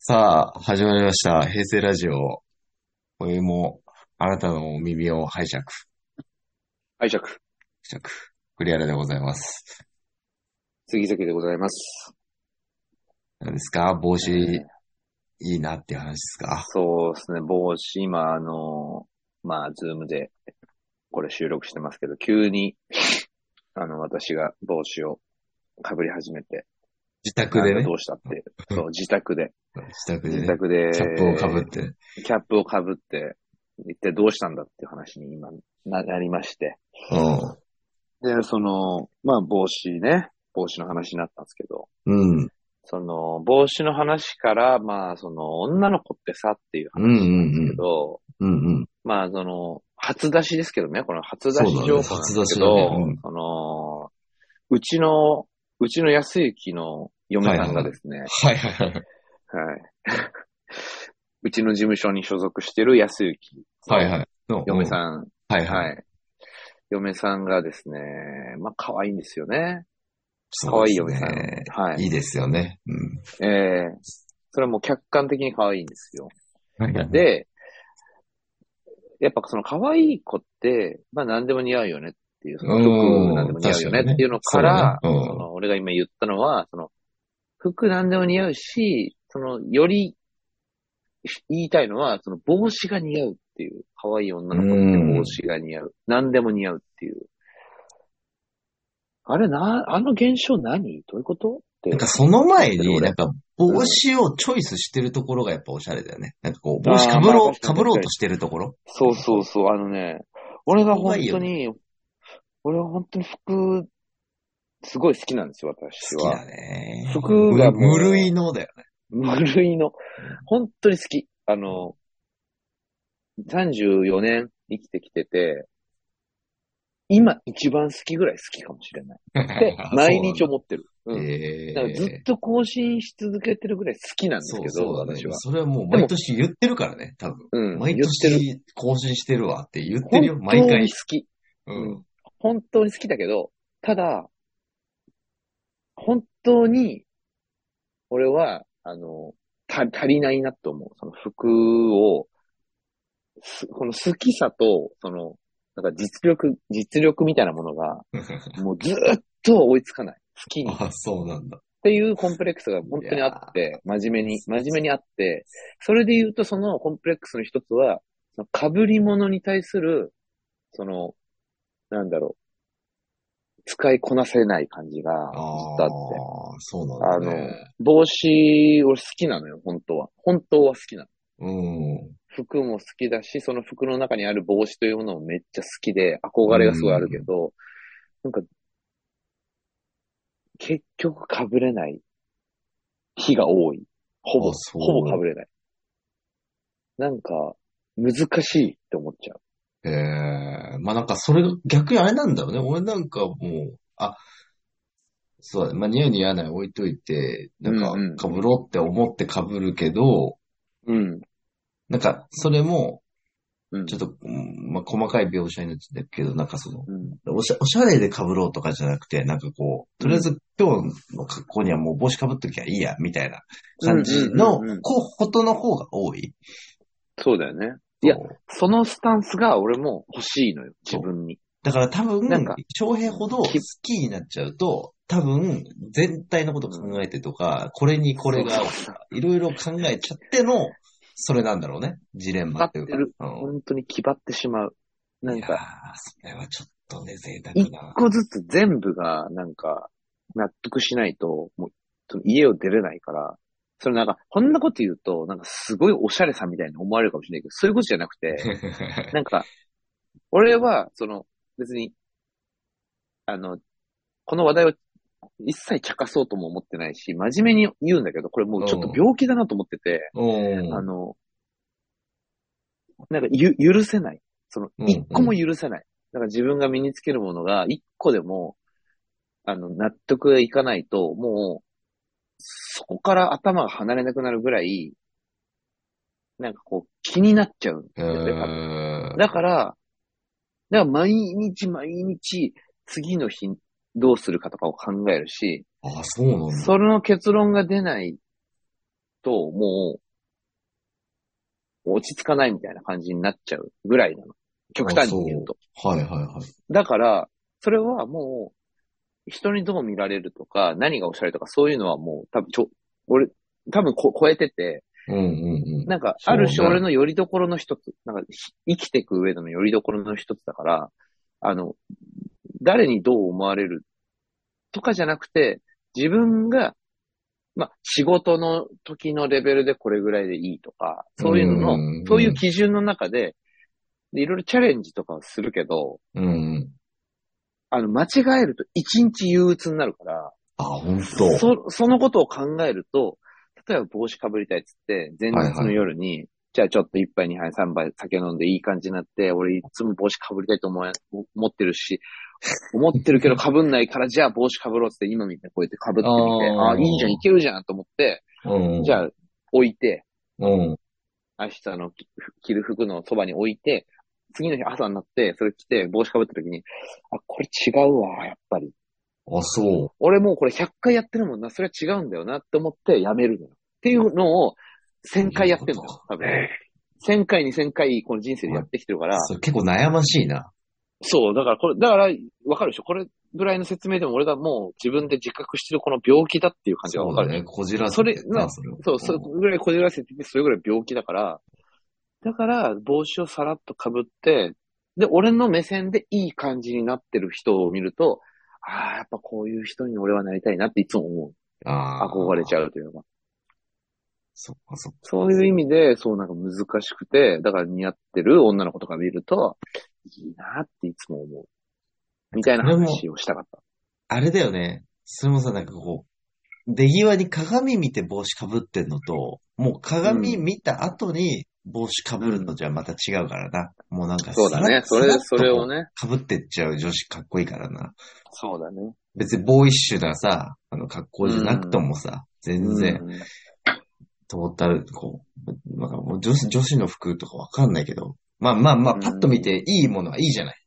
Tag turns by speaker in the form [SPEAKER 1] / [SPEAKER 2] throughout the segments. [SPEAKER 1] さあ、始まりました。平成ラジオ。これも、あなたのお耳を拝借。
[SPEAKER 2] 拝借。
[SPEAKER 1] 拝借。クリアラでございます。
[SPEAKER 2] 杉崎でございます。
[SPEAKER 1] 何ですか帽子、えー、いいなっていう話ですか
[SPEAKER 2] そうですね。帽子、今、あの、まあ、ズームで、これ収録してますけど、急に、あの、私が帽子を被り始めて。
[SPEAKER 1] 自宅でね。
[SPEAKER 2] どうしたって。そう、自宅で。
[SPEAKER 1] 自宅で、ね、
[SPEAKER 2] 自宅で。
[SPEAKER 1] キャップを被って。
[SPEAKER 2] キャップを被って、一体どうしたんだっていう話に今なりまして。。
[SPEAKER 1] うん
[SPEAKER 2] で、その、まあ帽子ね、帽子の話になったんですけど。
[SPEAKER 1] うん。
[SPEAKER 2] その、帽子の話から、まあ、その、女の子ってさっていう話なんですけど、
[SPEAKER 1] うんうん、うんうん、
[SPEAKER 2] まあ、その、初出しですけどね、この初出し情報なんですけど、そ、ね,ね、うん、の、うちの、うちの安行の嫁さんがですね、
[SPEAKER 1] はいはいはい。はい。
[SPEAKER 2] うちの事務所に所属してる安行。
[SPEAKER 1] はいはい。
[SPEAKER 2] 嫁さん。
[SPEAKER 1] はいはい。
[SPEAKER 2] 嫁さんがですね、まあ可愛いんですよね。
[SPEAKER 1] 可愛、
[SPEAKER 2] ね、い嫁さん。、
[SPEAKER 1] はい。いいですよね。うん
[SPEAKER 2] ええー、それはもう客観的に可愛いんですよ。
[SPEAKER 1] はいはい、
[SPEAKER 2] で、やっぱその可愛い子って、まあ何でも似合うよねっていう、その服何でも似合うよねっていうのから、そ、ね,うん、その俺が今言ったのは、その服何でも似合うし、そのより言いたいのは、その帽子が似合うっていう、可愛い女の子って帽子が似合う。何でも似合うっていう。あれな、あの現象何どういうこと
[SPEAKER 1] なんかその前に、なんか帽子をチョイスしてるところがやっぱおしゃれだよね。なんかこう、帽子かぶろう、かぶろうとしてるところ。
[SPEAKER 2] そうそうそう、あのね、俺が本当に、ね、俺は本当に服、すごい好きなんですよ、私
[SPEAKER 1] は。好きだね。
[SPEAKER 2] 服が
[SPEAKER 1] 無類のだよね。
[SPEAKER 2] 無類の。本当に好き。あの、34年生きてきてて、今一番好きぐらい好きかもしれない。で、毎日思ってる。
[SPEAKER 1] うん、え
[SPEAKER 2] ー、ずっと更新し続けてるぐらい好きなんですけど、そう
[SPEAKER 1] そう、ね、
[SPEAKER 2] 私は。
[SPEAKER 1] それはもう毎年言ってるからね、多分。
[SPEAKER 2] うん、
[SPEAKER 1] 毎年更新してるわって言ってるよ、毎回。
[SPEAKER 2] 本当に好き、うん。うん。本当に好きだけど、ただ、本当に、俺は、あの、足りないなと思う。その服を、この好きさと、その、なんか実力、実力みたいなものが、もうずっと追いつかない。好きに。
[SPEAKER 1] あ、そうなんだ。
[SPEAKER 2] っていうコンプレックスが本当にあって、真面目に、真面目にあって、それで言うとそのコンプレックスの一つは、被り物に対する、その、なんだろう、使いこなせない感じがずっとあって。
[SPEAKER 1] ああ、そうなんだ、ね、
[SPEAKER 2] あの、帽子を好きなのよ、本当は。本当は好きな
[SPEAKER 1] の。うん。
[SPEAKER 2] 服も好きだし、その服の中にある帽子というものもめっちゃ好きで、憧れがすごいあるけど、うん、なんか、結局被れない日が多い。ほぼ、ほぼ被れない。なんか、難しいって思っちゃう。
[SPEAKER 1] ええー、まあなんかそれが逆にあれなんだろうね。俺なんかもう、あ、そうだね。まあ似合う似合わない置いといて、なんか被ろうって思って被るけど、
[SPEAKER 2] うん、うん
[SPEAKER 1] なんか、それも、ちょっと、うん、まあ、細かい描写になっちゃうんだけど、なんかその、うん、おしゃ、おしゃれで被ろうとかじゃなくて、なんかこう、とりあえず今日の格好にはもう帽子被っときゃいいや、みたいな感じの、こう、ことの方が多い。
[SPEAKER 2] そうだよね。いや、そのスタンスが俺も欲しいのよ、自分に。
[SPEAKER 1] だから多分、なんか、翔平ほど好きになっちゃうと、多分、全体のこと考えてとか、これにこれが、いろいろ考えちゃっての、それなんだろうね。ジレンマっていうか。
[SPEAKER 2] るうん、本当に気張ってしまう。なんか。いや
[SPEAKER 1] それはちょっとね、贅沢
[SPEAKER 2] な。一個ずつ全部が、なんか、納得しないと、もう、その家を出れないから、それなんか、こんなこと言うと、なんかすごいおしゃれさんみたいに思われるかもしれないけど、そういうことじゃなく て、なんか、俺は、その、別に、あの、この話題を一切茶化そうとも思ってないし、真面目に言うんだけど、これもうちょっと病気だなと思ってて、 あの、なんかゆ、許せない。その、一個も許せない。だから自分が身につけるものが一個でも、あの、納得がいかないと、もう、そこから頭が離れなくなるぐらい、なんかこう、気になっちゃうんだよね。だから、だから毎日毎日、次の日、どうするかとかを考えるし、
[SPEAKER 1] ああそうなん
[SPEAKER 2] その結論が出ないと、もう、落ち着かないみたいな感じになっちゃうぐらいなの。極端に言うと。
[SPEAKER 1] はいはいはい。
[SPEAKER 2] だから、それはもう、人にどう見られるとか、何がおしゃれとか、そういうのはもう、多分ちょ、俺、多分こ超えてて、
[SPEAKER 1] うんうんうん。
[SPEAKER 2] なんか、
[SPEAKER 1] そう
[SPEAKER 2] あ
[SPEAKER 1] ね
[SPEAKER 2] る種俺の拠り所の一つ、なんか、ひ生きていく上での拠り所の一つだから、あの、誰にどう思われるとかじゃなくて、自分が、まあ、仕事の時のレベルでこれぐらいでいいとか、そういうの
[SPEAKER 1] うんうんう
[SPEAKER 2] の、
[SPEAKER 1] ん
[SPEAKER 2] そういう基準の中で、でいろいろチャレンジとかをするけど、
[SPEAKER 1] うんうん。
[SPEAKER 2] あの、間違えると一日憂鬱になるから、
[SPEAKER 1] あ、本当。
[SPEAKER 2] そ、そのことを考えると、例えば帽子かぶりたいっつって、前日の夜に、じゃあちょっと1杯、2杯、3杯酒飲んでいい感じになって、俺いつも帽子かぶりたいと思え思ってるし、思ってるけど かぶんないから、じゃあ帽子かぶろうっつって今みたいにこうやってかぶってみて、
[SPEAKER 1] あー
[SPEAKER 2] ああー、いいじゃん、いけるじゃんと思って、
[SPEAKER 1] うん。
[SPEAKER 2] じゃあ置いて、
[SPEAKER 1] うん。
[SPEAKER 2] 明日のき着る服のそばに置いて、次の日朝になって、それ着て帽子かぶった時に、あ、これ違うわ、やっぱり。
[SPEAKER 1] あ、そ
[SPEAKER 2] 俺もうこれ100回やってるもんな、それは違うんだよなって思ってやめるのよ。っていうのを1000回やってんだ
[SPEAKER 1] そういう
[SPEAKER 2] よ、多分。1000回、2000回、この人生でやってきてるから
[SPEAKER 1] う。。それ結構悩ましいな。
[SPEAKER 2] そう、だからこれ、だから、わかるでしょこれぐらいの説明でも俺がもう自分で自覚してるこの病気だっていう感じがわかる
[SPEAKER 1] そうだね。こじらせ
[SPEAKER 2] それ
[SPEAKER 1] てんな、
[SPEAKER 2] な
[SPEAKER 1] それを
[SPEAKER 2] そう、それぐらいこじらせてて、それぐらい病気だから、だから、帽子をさらっと被って、で、俺の目線でいい感じになってる人を見ると、ああ、やっぱこういう人に俺はなりたいなっていつも思う。
[SPEAKER 1] ああ。
[SPEAKER 2] 憧れち
[SPEAKER 1] ゃう。
[SPEAKER 2] ゃうというか。
[SPEAKER 1] そっかそっか。
[SPEAKER 2] そういう意味で、そうなんか難しくて、だから似合ってる女の子とか見ると、いいなっていつも思う。みたいな話をしたかった。
[SPEAKER 1] あれだよね。それもさ、なんかこう、出際に鏡見て帽子かぶってんのと、もう鏡見た後に帽子かぶるのじゃまた違うからな。もうなんか
[SPEAKER 2] そうだね。それ、それを
[SPEAKER 1] ね。
[SPEAKER 2] ね。
[SPEAKER 1] かぶってっちゃう女子かっこいいからな。
[SPEAKER 2] そうだね。
[SPEAKER 1] 別にボーイッシュなさ、あの格好じゃなくともさ、全然、
[SPEAKER 2] うん
[SPEAKER 1] トータル、こう、なんかもう女子、女子の服とかわかんないけど、まあまあまあ、
[SPEAKER 2] うん
[SPEAKER 1] パッと見ていいものはいいじゃない。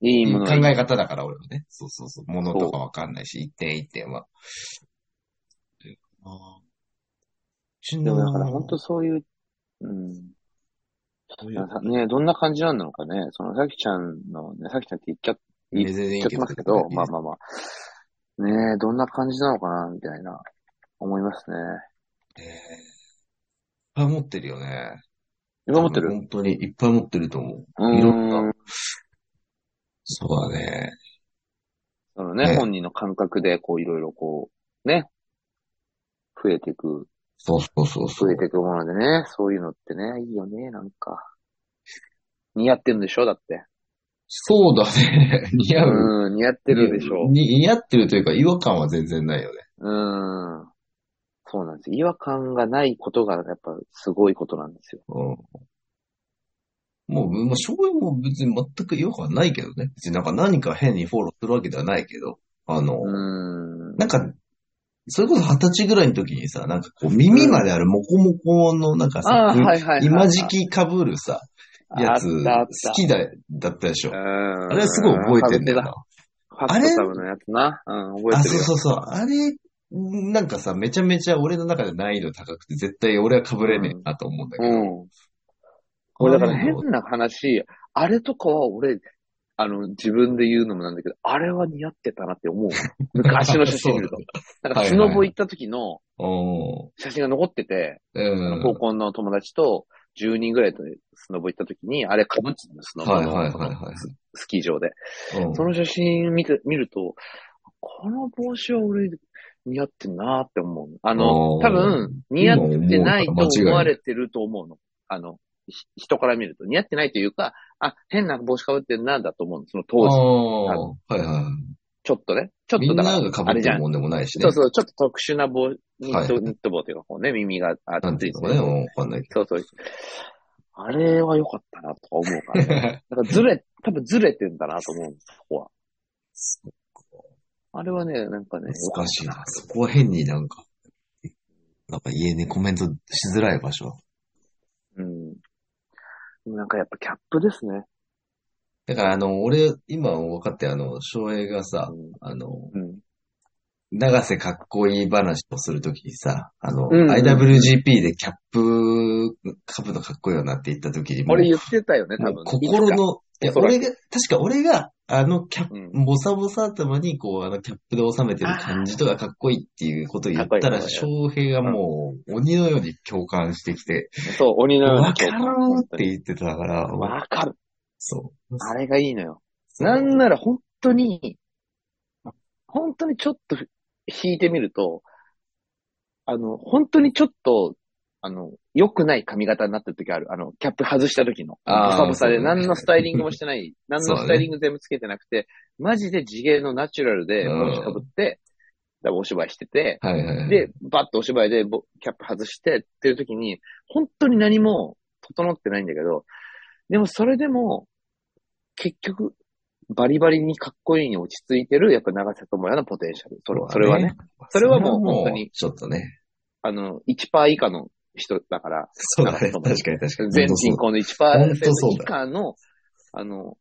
[SPEAKER 2] いいもの
[SPEAKER 1] 考
[SPEAKER 2] がいい
[SPEAKER 1] え方だから俺はね。そうそうそう。ものとかわかんないし、一点一点は。あーち
[SPEAKER 2] で
[SPEAKER 1] な
[SPEAKER 2] もだから本当そういう、うん。
[SPEAKER 1] そうい
[SPEAKER 2] なんか
[SPEAKER 1] う
[SPEAKER 2] ね、どんな感じなんなのかね。その、さきちゃんのね、さきちゃんって言っちゃ言
[SPEAKER 1] 全然いい
[SPEAKER 2] 言っ
[SPEAKER 1] けど
[SPEAKER 2] ちゃってますけど、まあまあまあ。ねえ、どんな感じなのかな、みたいな、思いますね。
[SPEAKER 1] えーいっぱい持ってるよね。
[SPEAKER 2] 今持ってる
[SPEAKER 1] 本当にいっぱい持ってると思う。
[SPEAKER 2] う
[SPEAKER 1] いろんな
[SPEAKER 2] ーん。
[SPEAKER 1] そうだね。
[SPEAKER 2] そのね、
[SPEAKER 1] ね
[SPEAKER 2] 本人の感覚で、こう、いろいろこう、ね。増えていく、
[SPEAKER 1] そうそうそうそ
[SPEAKER 2] 増
[SPEAKER 1] う
[SPEAKER 2] え。ていくものでね、そういうのってね、いいよね、なんか。似合ってるんでしょだって。
[SPEAKER 1] そうだね。 似合う。
[SPEAKER 2] うん、似合ってるでしょ。
[SPEAKER 1] に似合ってるというか違和感は全然ないよね。
[SPEAKER 2] うん。そうなんです。違和感がないことが、やっぱ、すごいことなんですよ。
[SPEAKER 1] うん。もう、まあ、翔平も別に全く違和感ないけどね。別になんか何か変にフォローするわけではないけど。あの、
[SPEAKER 2] うん。
[SPEAKER 1] なんか、それこそ二十歳ぐらいの時にさ、なんかこう耳まであるモコモコのなんか
[SPEAKER 2] あ
[SPEAKER 1] さ、
[SPEAKER 2] あ、はいはいはい。
[SPEAKER 1] 今時期被るさ、やつ、
[SPEAKER 2] あったあった
[SPEAKER 1] 好きだ、だったでしょ。
[SPEAKER 2] うん。
[SPEAKER 1] あれはすごい覚えてんだよな。
[SPEAKER 2] ファクトサブのやつな。うん、覚
[SPEAKER 1] あ、
[SPEAKER 2] えてる
[SPEAKER 1] そうそ
[SPEAKER 2] よ。
[SPEAKER 1] うそう。あれ、なんかさ、めちゃめちゃ俺の中で難易度高くて、絶対俺は被れねえなと思うんだけど。
[SPEAKER 2] うん。俺だから
[SPEAKER 1] あれ
[SPEAKER 2] 変な話、あれとかは俺、あの、自分で言うのもなんだけど、あれは似合ってたなって思う。昔の写真見ると。なんかスノボ行った時の
[SPEAKER 1] お
[SPEAKER 2] 写真が残ってて、
[SPEAKER 1] ーうん。
[SPEAKER 2] 高校の友達と10人ぐらいとスノボ行った時に、あれかぶってたの、スノボ
[SPEAKER 1] はい
[SPEAKER 2] の
[SPEAKER 1] はいはいはい。
[SPEAKER 2] スキー場で。
[SPEAKER 1] うん
[SPEAKER 2] その写真見て、見ると、この帽子は俺似合ってんなって思う。あ
[SPEAKER 1] あ
[SPEAKER 2] の、
[SPEAKER 1] ー
[SPEAKER 2] 多分、似合ってな
[SPEAKER 1] 今思うから間
[SPEAKER 2] いと
[SPEAKER 1] 違い
[SPEAKER 2] 思
[SPEAKER 1] ない
[SPEAKER 2] われてると思うの。あの、ひ人から見ると。似合ってないというか、あ、変な帽子かぶってんなだと思うの。その当時。
[SPEAKER 1] あ
[SPEAKER 2] あ
[SPEAKER 1] あ、はいはい。
[SPEAKER 2] ちょっとね。ちょっ
[SPEAKER 1] み
[SPEAKER 2] と
[SPEAKER 1] ん
[SPEAKER 2] だか
[SPEAKER 1] な
[SPEAKER 2] ら、
[SPEAKER 1] が
[SPEAKER 2] あ
[SPEAKER 1] 被
[SPEAKER 2] れ
[SPEAKER 1] っ
[SPEAKER 2] じ
[SPEAKER 1] て
[SPEAKER 2] ゃ
[SPEAKER 1] る
[SPEAKER 2] ん。
[SPEAKER 1] もんでもないしね。
[SPEAKER 2] そうそう、ちょっと特殊な帽、ニット、
[SPEAKER 1] はい
[SPEAKER 2] ニット帽というか、こうね、耳があ
[SPEAKER 1] なん
[SPEAKER 2] つ
[SPEAKER 1] てい
[SPEAKER 2] いうて
[SPEAKER 1] のかね、わかんないけ
[SPEAKER 2] そうそう。あれは良かったなとか思うから、ね。
[SPEAKER 1] ど。
[SPEAKER 2] なんかずれ、多分ずれてんだなと思うんです、そこは。あれはね、なんかね、
[SPEAKER 1] 難しいな。そこは変になんか、なんか家にコメントしづらい場所。
[SPEAKER 2] うん。なんかやっぱキャップですね。
[SPEAKER 1] だからあの、俺、今分かって、あの、翔平がさ、
[SPEAKER 2] う
[SPEAKER 1] あの、
[SPEAKER 2] ん。うん。
[SPEAKER 1] 長瀬かっこいい話をするときにさ、あの、
[SPEAKER 2] うんうんうん
[SPEAKER 1] IWGP でキャップ、株のかっこいいよなって言ったときにもう、
[SPEAKER 2] 俺言ってたよね、多
[SPEAKER 1] も
[SPEAKER 2] 分
[SPEAKER 1] う。心の、いや
[SPEAKER 2] おそらく
[SPEAKER 1] 俺が、確か俺が、あのキャップ、
[SPEAKER 2] うん
[SPEAKER 1] ボサボサ頭に、こう、あのキャップで収めてる感じとかかっこいいっていうことを言った、
[SPEAKER 2] からっこいいかっ
[SPEAKER 1] 翔平がもう、鬼のように共感してきて、
[SPEAKER 2] そう、鬼のよう
[SPEAKER 1] わ
[SPEAKER 2] な
[SPEAKER 1] か
[SPEAKER 2] 共
[SPEAKER 1] る
[SPEAKER 2] 感
[SPEAKER 1] って言ってたから、
[SPEAKER 2] わかる。
[SPEAKER 1] そう。
[SPEAKER 2] あれがいいのよ。
[SPEAKER 1] そう
[SPEAKER 2] なんなら本当に、本当にちょっと引いてみると、あの、本当にちょっと、あの、良くない髪型になってる時ある。あの、キャップ外した時の。
[SPEAKER 1] あー
[SPEAKER 2] ボサボサで
[SPEAKER 1] そうね
[SPEAKER 2] 何のスタイリングもし てない。何
[SPEAKER 1] そうだ
[SPEAKER 2] の
[SPEAKER 1] ね
[SPEAKER 2] スタイリング全部つけてなくて、マジで地毛のナチュラルで
[SPEAKER 1] うん
[SPEAKER 2] 帽子かぶって、だからお芝居してて、
[SPEAKER 1] はいはいはい。
[SPEAKER 2] で、バッとお芝居でボキャップ外してっていう時に、本当に何も整ってないんだけど、でもそれでも、結局、バリバリにかっこいいに落ち着いてる、やっぱ長瀬智也のポテンシャル。それは、それはね、。それはもう本当に
[SPEAKER 1] ちょっとね。
[SPEAKER 2] あの、1%以下の人だから、
[SPEAKER 1] そうだね。
[SPEAKER 2] な
[SPEAKER 1] 確
[SPEAKER 2] んか
[SPEAKER 1] か
[SPEAKER 2] そ
[SPEAKER 1] に
[SPEAKER 2] の
[SPEAKER 1] 確かに。
[SPEAKER 2] 全人口の1%
[SPEAKER 1] 本当そう
[SPEAKER 2] 以下の、あの、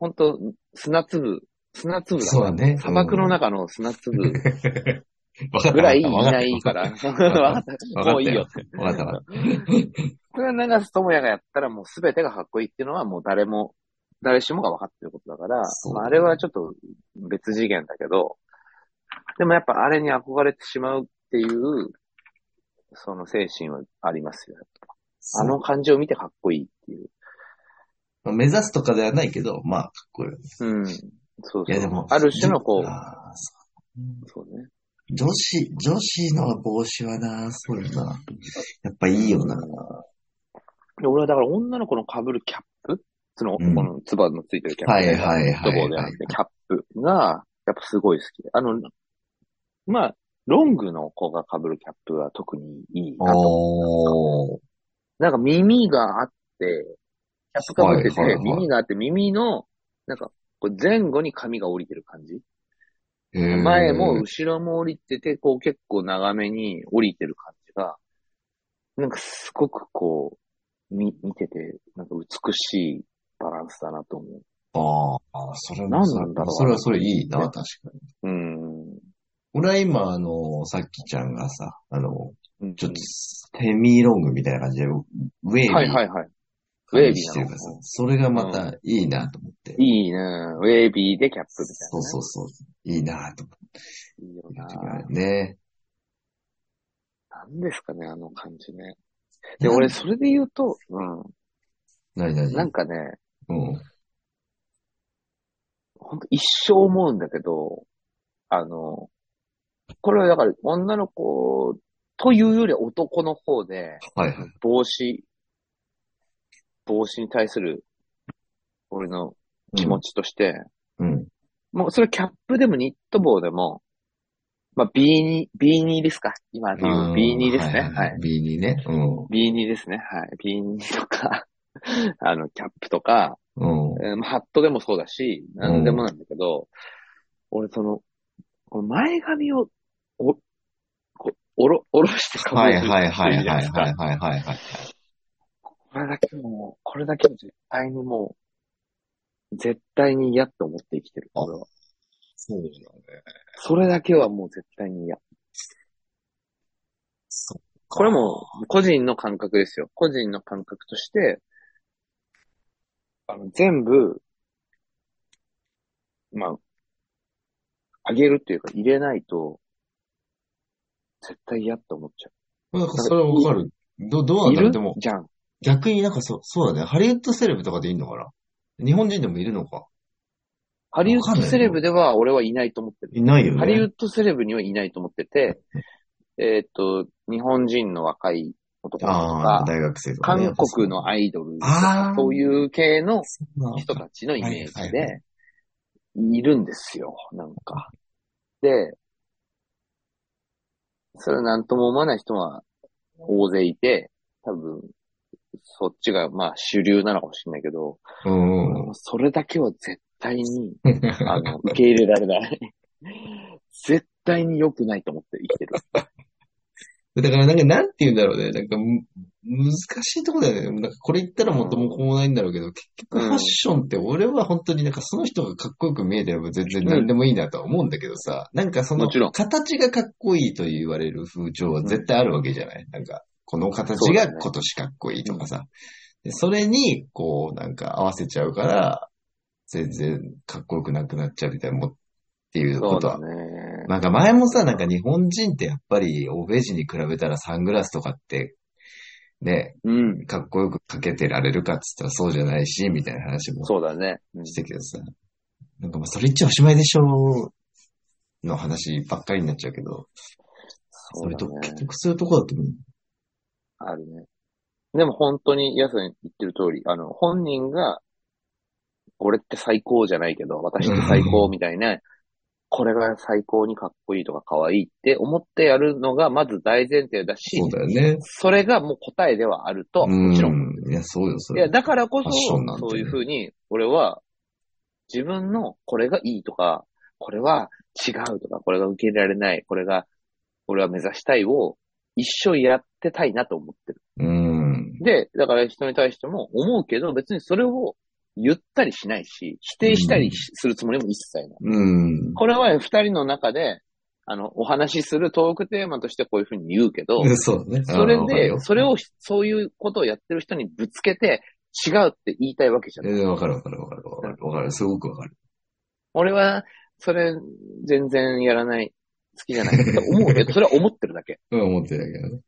[SPEAKER 2] 本当砂粒、砂粒だ
[SPEAKER 1] そうだね。
[SPEAKER 2] 砂漠の中の砂粒
[SPEAKER 1] わかった
[SPEAKER 2] ぐらいいないか ら。
[SPEAKER 1] か
[SPEAKER 2] もういいよ。
[SPEAKER 1] わかったわかっ
[SPEAKER 2] これは長瀬智也がやったらもう全てがかっこいいっていうのはもう誰も、誰しもが分かってることだから、
[SPEAKER 1] そう
[SPEAKER 2] まあ、あれはちょっと別次元だけど、でもやっぱあれに憧れてしまうっていう、その精神はありますよ。
[SPEAKER 1] た。
[SPEAKER 2] あの感じを見てかっこいいっていう。
[SPEAKER 1] そう目指すとかではないけど、まあ、かっこいいよね。
[SPEAKER 2] うん。そうそう。
[SPEAKER 1] いやでも。
[SPEAKER 2] ある種のこう、
[SPEAKER 1] あーそう
[SPEAKER 2] そうね。
[SPEAKER 1] 女子、女子の帽子はな、そうだな。やっぱいいよな。
[SPEAKER 2] で俺はだから女の子の被るキャップその、
[SPEAKER 1] うん
[SPEAKER 2] このツバのついてるキャップね。
[SPEAKER 1] はいはいはいはい
[SPEAKER 2] ニット帽であってキャップが、やっぱすごい好きで。あの、まあ、ロングの子が被るキャップは特にいいなと。
[SPEAKER 1] おー。
[SPEAKER 2] なんか耳があって、キャップ被ってて、
[SPEAKER 1] はいはいはい
[SPEAKER 2] 耳があって、耳の、なんか、こう前後に髪が降りてる感じ。
[SPEAKER 1] へー
[SPEAKER 2] 前も後ろも降りてて、こう結構長めに降りてる感じが、なんかすごくこう、み、見てて、なんか美しいバランスだなと思う。
[SPEAKER 1] あーあー、それも
[SPEAKER 2] 何なんだろう
[SPEAKER 1] それはそれいいな、確かに。
[SPEAKER 2] うん。
[SPEAKER 1] 俺は今、あの、さっきちゃんがさ、あの、
[SPEAKER 2] うん
[SPEAKER 1] ちょっと、セミロングみたいな感じで、ウェービー
[SPEAKER 2] はい
[SPEAKER 1] な
[SPEAKER 2] はいはい。ウェー
[SPEAKER 1] 感
[SPEAKER 2] ビ
[SPEAKER 1] じし
[SPEAKER 2] ー
[SPEAKER 1] てる
[SPEAKER 2] なの
[SPEAKER 1] からさ、それがまたいいなと思って。
[SPEAKER 2] いいね。ウェービーでキャップみたいな、
[SPEAKER 1] そうそうそう。いいなと思っ
[SPEAKER 2] う。いいよ
[SPEAKER 1] て
[SPEAKER 2] な。
[SPEAKER 1] た時がね。
[SPEAKER 2] 何ですかね、あの感じね。で、俺、それで言うと、う
[SPEAKER 1] なになに
[SPEAKER 2] ん。なんかね、
[SPEAKER 1] うん。
[SPEAKER 2] ほんと一生思うんだけど、あの、これはだから女の子というよりは男の方で、
[SPEAKER 1] はいはい。
[SPEAKER 2] 帽子、帽子に対する俺の気持
[SPEAKER 1] ち。
[SPEAKER 2] ちとして、
[SPEAKER 1] うん。
[SPEAKER 2] もうそれキャップでもニット帽でも、まあ、ビーニー、ビーニーですか今で言うビーニーですね。はい。
[SPEAKER 1] B2 ね。う
[SPEAKER 2] ビーニーですね。はい。ビーニーとか、 あの、キャップとか、
[SPEAKER 1] ん。うん。
[SPEAKER 2] えーまあハットでもそうだし、何でもなんだけど、俺その、この前髪を、お、こうおろ、おろしてか
[SPEAKER 1] はいはいはいはい
[SPEAKER 2] じゃな
[SPEAKER 1] はいい
[SPEAKER 2] ですか
[SPEAKER 1] はいはいはい。
[SPEAKER 2] これだけもう、これだけも絶対にもう、絶対に嫌って思って生きてる。
[SPEAKER 1] あ
[SPEAKER 2] 俺は
[SPEAKER 1] そうだね。
[SPEAKER 2] それだけはもう絶対に嫌。
[SPEAKER 1] そ
[SPEAKER 2] これも、個人の感覚ですよ。個人の感覚として、あの、全部、まあ、あげるっていうか入れないと、絶対嫌って思っちゃ
[SPEAKER 1] う。なんかそれはわかる。ど、どうな
[SPEAKER 2] う。
[SPEAKER 1] ん
[SPEAKER 2] い
[SPEAKER 1] だろ
[SPEAKER 2] る
[SPEAKER 1] うでも、
[SPEAKER 2] じゃん。
[SPEAKER 1] 逆になんかそう、そうだね。ハリウッドセレブとかでいいのかな日本人でもいるのか
[SPEAKER 2] ハリウッドセレブでは俺はいないと思ってる。
[SPEAKER 1] いないよね。
[SPEAKER 2] ハリウ
[SPEAKER 1] ド
[SPEAKER 2] ッドセレブにはいないと思ってて、えーっと、日本人の若い男の子と
[SPEAKER 1] ああ、
[SPEAKER 2] か、
[SPEAKER 1] 大学生とか、ね。
[SPEAKER 2] 韓国のアイドルと
[SPEAKER 1] あ
[SPEAKER 2] か
[SPEAKER 1] ー、
[SPEAKER 2] そういう系の
[SPEAKER 1] そうなん
[SPEAKER 2] 人
[SPEAKER 1] だ
[SPEAKER 2] たちのイメー
[SPEAKER 1] は
[SPEAKER 2] ジ
[SPEAKER 1] いはいは
[SPEAKER 2] で、いるんですよ、なんか。で、それは何とも思わない人は大勢いて、多分、そっちが、まあ、主流なのかもしれないけど、
[SPEAKER 1] うんうん。
[SPEAKER 2] それだけは絶対に、あ の、受け入れられない。絶対に良くないと思って生きてる。
[SPEAKER 1] だからなんかなんて言うんだろうね。なんか、む難しいとこだよね。なんかこれ言ったら元も子もないんだろうけど、結局ファッションって俺は本当になんかその人がかっこよく見えてれば全然何でもいいなとは思うんだけどさ、なんかその
[SPEAKER 2] もちろん
[SPEAKER 1] 形がかっこいいと言われる風潮は絶対あるわけじゃない、なんか、この
[SPEAKER 2] そ
[SPEAKER 1] 形
[SPEAKER 2] うだ
[SPEAKER 1] が
[SPEAKER 2] ね
[SPEAKER 1] 今年かっこいいとかさ。でそれに、こうなんか合わせちゃうから、全然かっこよくなくなっちゃうみたいなもんっていう
[SPEAKER 2] そ
[SPEAKER 1] こ
[SPEAKER 2] う
[SPEAKER 1] とは
[SPEAKER 2] だね。
[SPEAKER 1] なんか前もさ、なんか日本人ってやっぱり欧米人に比べたらサングラスとかって、ね、
[SPEAKER 2] うん。
[SPEAKER 1] かっこよくかけてられるかっつったらそうじゃないし、みたいな話も
[SPEAKER 2] そうだね。うん
[SPEAKER 1] してたけどさ。なんかまあそれ言っちゃおしまいでしょの話ばっかりになっちゃうけど、そ
[SPEAKER 2] そう
[SPEAKER 1] れ
[SPEAKER 2] だ
[SPEAKER 1] と
[SPEAKER 2] ね
[SPEAKER 1] 結。局そういうとこだと思う。
[SPEAKER 2] あるね。でも本当に、やすに言ってる通り、あの、本人が、俺って最高じゃないけど、私って最高みたいな、これが最高にかっこいいとか可愛いって思ってやるのがまず大前提だし
[SPEAKER 1] そう、だよね。
[SPEAKER 2] それがもう答えではあると、もちろん。
[SPEAKER 1] うん。いや、そうよ、そ
[SPEAKER 2] い
[SPEAKER 1] れ。
[SPEAKER 2] や、だからこ
[SPEAKER 1] ファッションな
[SPEAKER 2] そ、
[SPEAKER 1] んてね
[SPEAKER 2] そういうふうに、俺は、自分のこれがいいとか、これは違うとか、これが受け入れられない、これが、俺は目指したいを、一生やってたいなと思ってる。
[SPEAKER 1] うん。
[SPEAKER 2] で、だから人に対しても思うけど、別にそれを言ったりしないし、否定したりしするつもりも一切ない。
[SPEAKER 1] うん。
[SPEAKER 2] これは二人の中で、あの、お話しするトークテーマとしてこういうふうに言うけど、
[SPEAKER 1] そうだね。
[SPEAKER 2] そ
[SPEAKER 1] あ
[SPEAKER 2] れ
[SPEAKER 1] わかる
[SPEAKER 2] で
[SPEAKER 1] よ、
[SPEAKER 2] それを、そういうことをやってる人にぶつけて、違うって言いたいわけじゃない。
[SPEAKER 1] えわかるわかるわかるわかる。わかる。すごくわかる。
[SPEAKER 2] 俺は、それ、全然やらない。好きじゃない。って思うけど、それは思ってる だけ。
[SPEAKER 1] うん、思ってたけどね。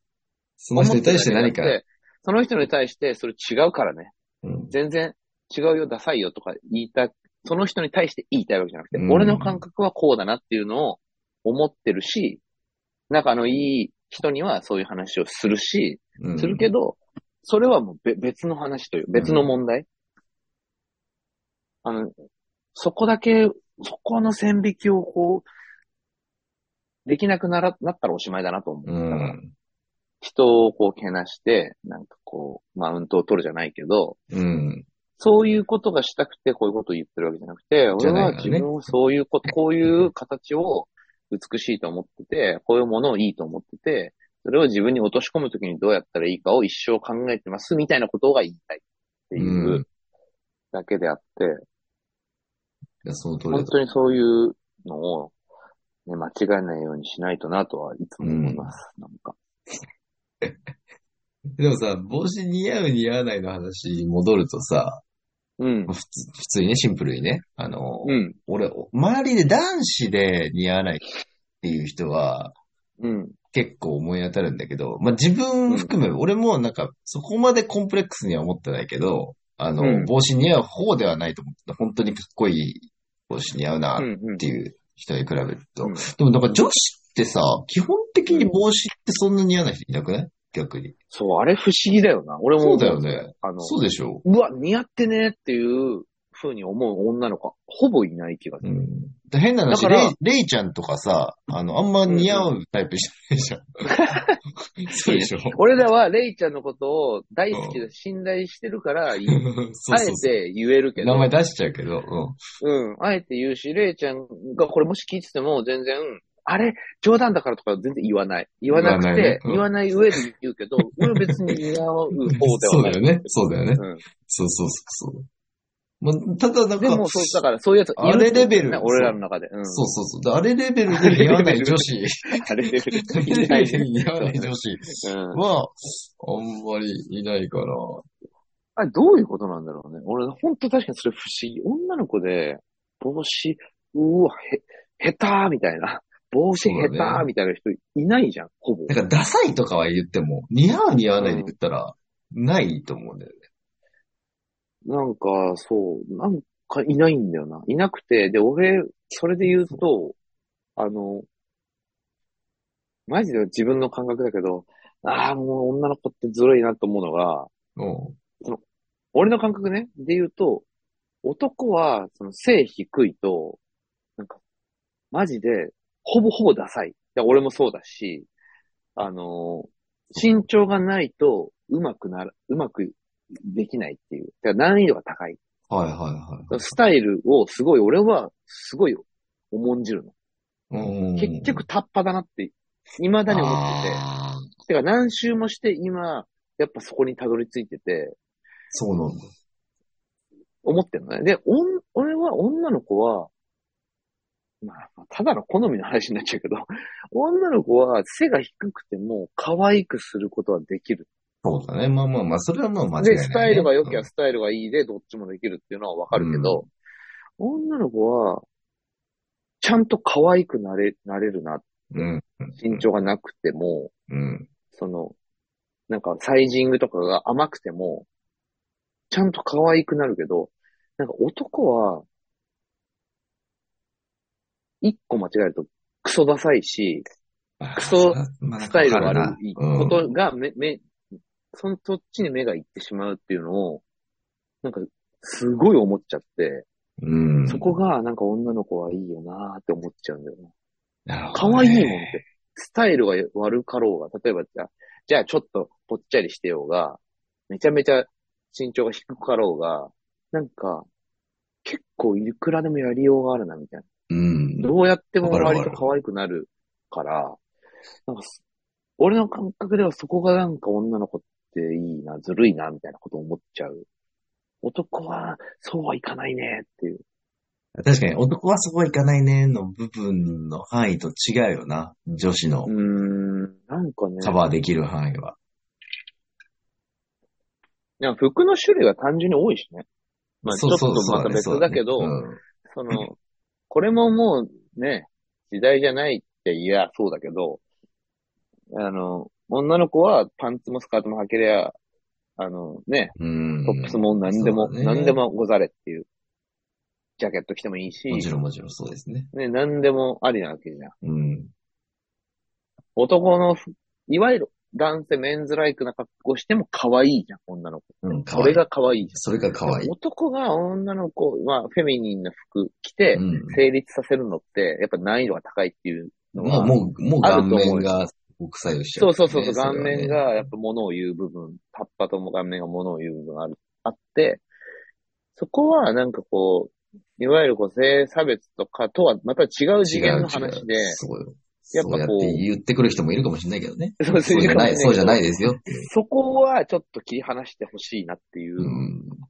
[SPEAKER 1] その人に対して何か
[SPEAKER 2] 思っ。るだけでその人に対して、それ違うからね。
[SPEAKER 1] うん
[SPEAKER 2] 全然違うよ、ダサいよとか言いた、その人に対して言いたいわけじゃなくて、
[SPEAKER 1] うん
[SPEAKER 2] 俺の感覚はこうだなっていうのを思ってるし、仲のいい人にはそういう話をするし、
[SPEAKER 1] うん
[SPEAKER 2] するけど、それはもうべ別の話という、別の問題。あの、そこだけ、そこの線引きをこう、できなくなら、なったらおしまいだなと思う。
[SPEAKER 1] う
[SPEAKER 2] だから
[SPEAKER 1] ん。
[SPEAKER 2] 人をこう、けなして、なんかこう、マウントを取るじゃないけど、
[SPEAKER 1] うん。
[SPEAKER 2] そういうことがしたくて、こういうことを言ってるわけじゃなくて、
[SPEAKER 1] じ
[SPEAKER 2] 俺
[SPEAKER 1] ゃない
[SPEAKER 2] は
[SPEAKER 1] からね
[SPEAKER 2] 自分をそういうこと、こういう形を美しいと思ってて、こういうものをいいと思ってて、それを自分に落とし込むときにどうやったらいいかを一生考えてます、みたいなことが言いたいって
[SPEAKER 1] う
[SPEAKER 2] いうんだけであって、
[SPEAKER 1] いや、その通りだ
[SPEAKER 2] 本
[SPEAKER 1] と
[SPEAKER 2] 当にそういうのを、ね、間違えないようにしないとなとはいつも思います。なんか。
[SPEAKER 1] でもさ、帽子似合う似合わないの話に戻るとさ、
[SPEAKER 2] うん
[SPEAKER 1] 普。通普通にね、シンプルにね、あの、
[SPEAKER 2] うん。
[SPEAKER 1] 俺、周りで男子で似合わないっていう人は
[SPEAKER 2] うん。
[SPEAKER 1] 結構思い当たるんだけど、まあ、自分含め、俺もなんかそこまでコンプレックスには思ってないけど、あの、
[SPEAKER 2] うん
[SPEAKER 1] 帽子似合う方ではないと思ってた、本当にかっこいい帽子似合うな
[SPEAKER 2] う
[SPEAKER 1] っ
[SPEAKER 2] ん。うん
[SPEAKER 1] ていう人に比べると。
[SPEAKER 2] うん
[SPEAKER 1] でもなんか女子ってさ、基本的に帽子ってそんな似合わない人いなくない逆に。
[SPEAKER 2] そう、あれ不思議だよな。俺も。
[SPEAKER 1] そうだよね。
[SPEAKER 2] あの、
[SPEAKER 1] そうでしょ
[SPEAKER 2] うわ、似合ってねっていう風に思う女の子、ほぼいない気がす
[SPEAKER 1] う。
[SPEAKER 2] る。
[SPEAKER 1] ん。で変な話、
[SPEAKER 2] だから
[SPEAKER 1] レイ、レイちゃんとかさ、あの、あんま似合うタイプじゃないじゃん。そうでしょ。
[SPEAKER 2] 俺らはレイちゃんのことを大好きで信頼してるから、い
[SPEAKER 1] そう
[SPEAKER 2] あえ
[SPEAKER 1] そうそう。
[SPEAKER 2] て言えるけど
[SPEAKER 1] 名、前出しちゃうけど、うん。
[SPEAKER 2] うん、あえて言うし、レイちゃんがこれもし聞いてても全然、あれ、冗談だからとか全然言わない。言わなく
[SPEAKER 1] 言わないね
[SPEAKER 2] て、
[SPEAKER 1] うん
[SPEAKER 2] 言わない上で言う けど、俺は別に似合う方で
[SPEAKER 1] そう
[SPEAKER 2] はな
[SPEAKER 1] だ
[SPEAKER 2] い。
[SPEAKER 1] よね。そうだよね。
[SPEAKER 2] うん
[SPEAKER 1] そうそうそうそう。まあ、ただなん
[SPEAKER 2] で
[SPEAKER 1] か、
[SPEAKER 2] も、そう、だから、そういうやついる
[SPEAKER 1] あれレベル
[SPEAKER 2] ね俺らの中で。うん。
[SPEAKER 1] そうそうそう。であれレベルで似合わない女子、
[SPEAKER 2] あれレベル。
[SPEAKER 1] あれ レベルで似合わない女子
[SPEAKER 2] うん。
[SPEAKER 1] は、あんまりいないから。
[SPEAKER 2] あれ、どういうことなんだろうね。俺、本当確かにそれ不思議。女の子で、帽子、うわ、へ、下手みたいな。帽子
[SPEAKER 1] そう
[SPEAKER 2] 下
[SPEAKER 1] だね
[SPEAKER 2] 手みたいな人いないじゃん、ほぼ。
[SPEAKER 1] だから、ダサいとかは言っても、似合う似合わないで言ったら、ないと思うんだよね。
[SPEAKER 2] なんか、そう、なんかいないんだよな。いなくて、で、俺、それで言うと、あの、マジで自分の感覚だけど、ああ、もう女の子ってずるいなと思うのが、
[SPEAKER 1] うん。
[SPEAKER 2] 俺の感覚ね、で言うと、男は、その、背低いと、なんか、マジで、ほぼほぼダサい。いや俺もそうだし、あのー身長がないと、うまくなる、うまくできないっていう。だから難易度が高い。
[SPEAKER 1] はいはいはい。
[SPEAKER 2] スタイルをすごい、俺は、すごい、重んじるの。
[SPEAKER 1] うん
[SPEAKER 2] 結局、タッパだなって、未だに思ってて。
[SPEAKER 1] あー
[SPEAKER 2] てか、何周もして、今、やっぱそこにたどり着いてて、
[SPEAKER 1] そうなんだ。
[SPEAKER 2] 思ってるのね。で、おん俺は女の子は、まあ、ただの好みの話になっちゃうけど、 女の子は背が低くても可愛くすることはできる。
[SPEAKER 1] そうだね。まあまあまあ、それはまあ間違いない、
[SPEAKER 2] で、
[SPEAKER 1] ね。
[SPEAKER 2] スタイルが良き
[SPEAKER 1] う
[SPEAKER 2] ゃ
[SPEAKER 1] ん
[SPEAKER 2] スタイルがいいで、どっちもできるっていうのはわかるけど、女の子は、ちゃんと可愛くなれ、なれるな。
[SPEAKER 1] うん。
[SPEAKER 2] 身長がなくても、
[SPEAKER 1] うん。
[SPEAKER 2] その、なんかサイジングとかが甘くても、ちゃんと可愛くなるけど、なんか男は、一個間違えるとクソダサいし、クソスタイル
[SPEAKER 1] が
[SPEAKER 2] 悪いことが、め、め、その、そっちに目が行ってしまうっていうのを、なんか、すごい思っちゃって、
[SPEAKER 1] うん。
[SPEAKER 2] そこが、なんか女の子はいいよなーって思っちゃうんだよね。
[SPEAKER 1] が
[SPEAKER 2] 可愛いもんって。スタイルが悪かろうが、例えばじゃあ、じゃあちょっとぽっちゃりしてようが、めちゃめちゃ身長が低かろうが、なんか、結構いくらでもやりようがあるな、みたいな。
[SPEAKER 1] うん。
[SPEAKER 2] どうやっても
[SPEAKER 1] わかるわか
[SPEAKER 2] 割
[SPEAKER 1] る
[SPEAKER 2] と可愛くなるから、なんかす、俺の感覚ではそこがなんか女の子っていいな、ずるいな、みたいなこと思っちゃう。男は、そうはいかないね、っていう。
[SPEAKER 1] 確かに男はそこはいかないねの部分の範囲と違うよな。女子の
[SPEAKER 2] うーん、なんかね。
[SPEAKER 1] カバーできる範囲は。
[SPEAKER 2] いや服の種類が単純に多いしね。まあ
[SPEAKER 1] そうそう
[SPEAKER 2] ちょっとまた別だけど
[SPEAKER 1] そうね
[SPEAKER 2] その、これももうね、時代じゃないって言やそうだけど、あの、女の子はパンツもスカートも履けりゃ、あのね、
[SPEAKER 1] うん。
[SPEAKER 2] トップスも何でも、
[SPEAKER 1] そうだね
[SPEAKER 2] 何でもござれっていう。ジャケット着てもいいし、
[SPEAKER 1] もちろんもちろんそうですね。
[SPEAKER 2] ね、何でもありなわけじゃん。
[SPEAKER 1] うん。
[SPEAKER 2] 男のふ、いわゆる男性メンズライクな格好しても可愛いじゃん、女の子。
[SPEAKER 1] うん、可
[SPEAKER 2] そ
[SPEAKER 1] 愛
[SPEAKER 2] れ
[SPEAKER 1] い。
[SPEAKER 2] が可愛いじ
[SPEAKER 1] それが可
[SPEAKER 2] ゃん。
[SPEAKER 1] 愛い。
[SPEAKER 2] 男が女の子、まあ、フェミニンな服着て
[SPEAKER 1] う、ん。
[SPEAKER 2] 成立させるのって、やっぱ難易度が高いっていうの
[SPEAKER 1] ま
[SPEAKER 2] は、
[SPEAKER 1] あもう、もう
[SPEAKER 2] ある
[SPEAKER 1] 顔
[SPEAKER 2] と思うよ
[SPEAKER 1] 面が僕作用しちゃ、
[SPEAKER 2] そううそうそうそう、
[SPEAKER 1] それは
[SPEAKER 2] 顔
[SPEAKER 1] ね
[SPEAKER 2] 面がやっぱ物を言う部分、葉っぱとも顔面が物を言う部分があるあって、そこはなんかこう、いわゆるこう性差別とかとはまた違う次元の話で
[SPEAKER 1] 違う違う、そうよ。
[SPEAKER 2] やっぱこう
[SPEAKER 1] そうやって言ってくる人もいるかもしれないけどね。
[SPEAKER 2] そう
[SPEAKER 1] そうじゃない、そうじゃないですよっていう。
[SPEAKER 2] そこはちょっと切り離してほしいなっていう、
[SPEAKER 1] うん。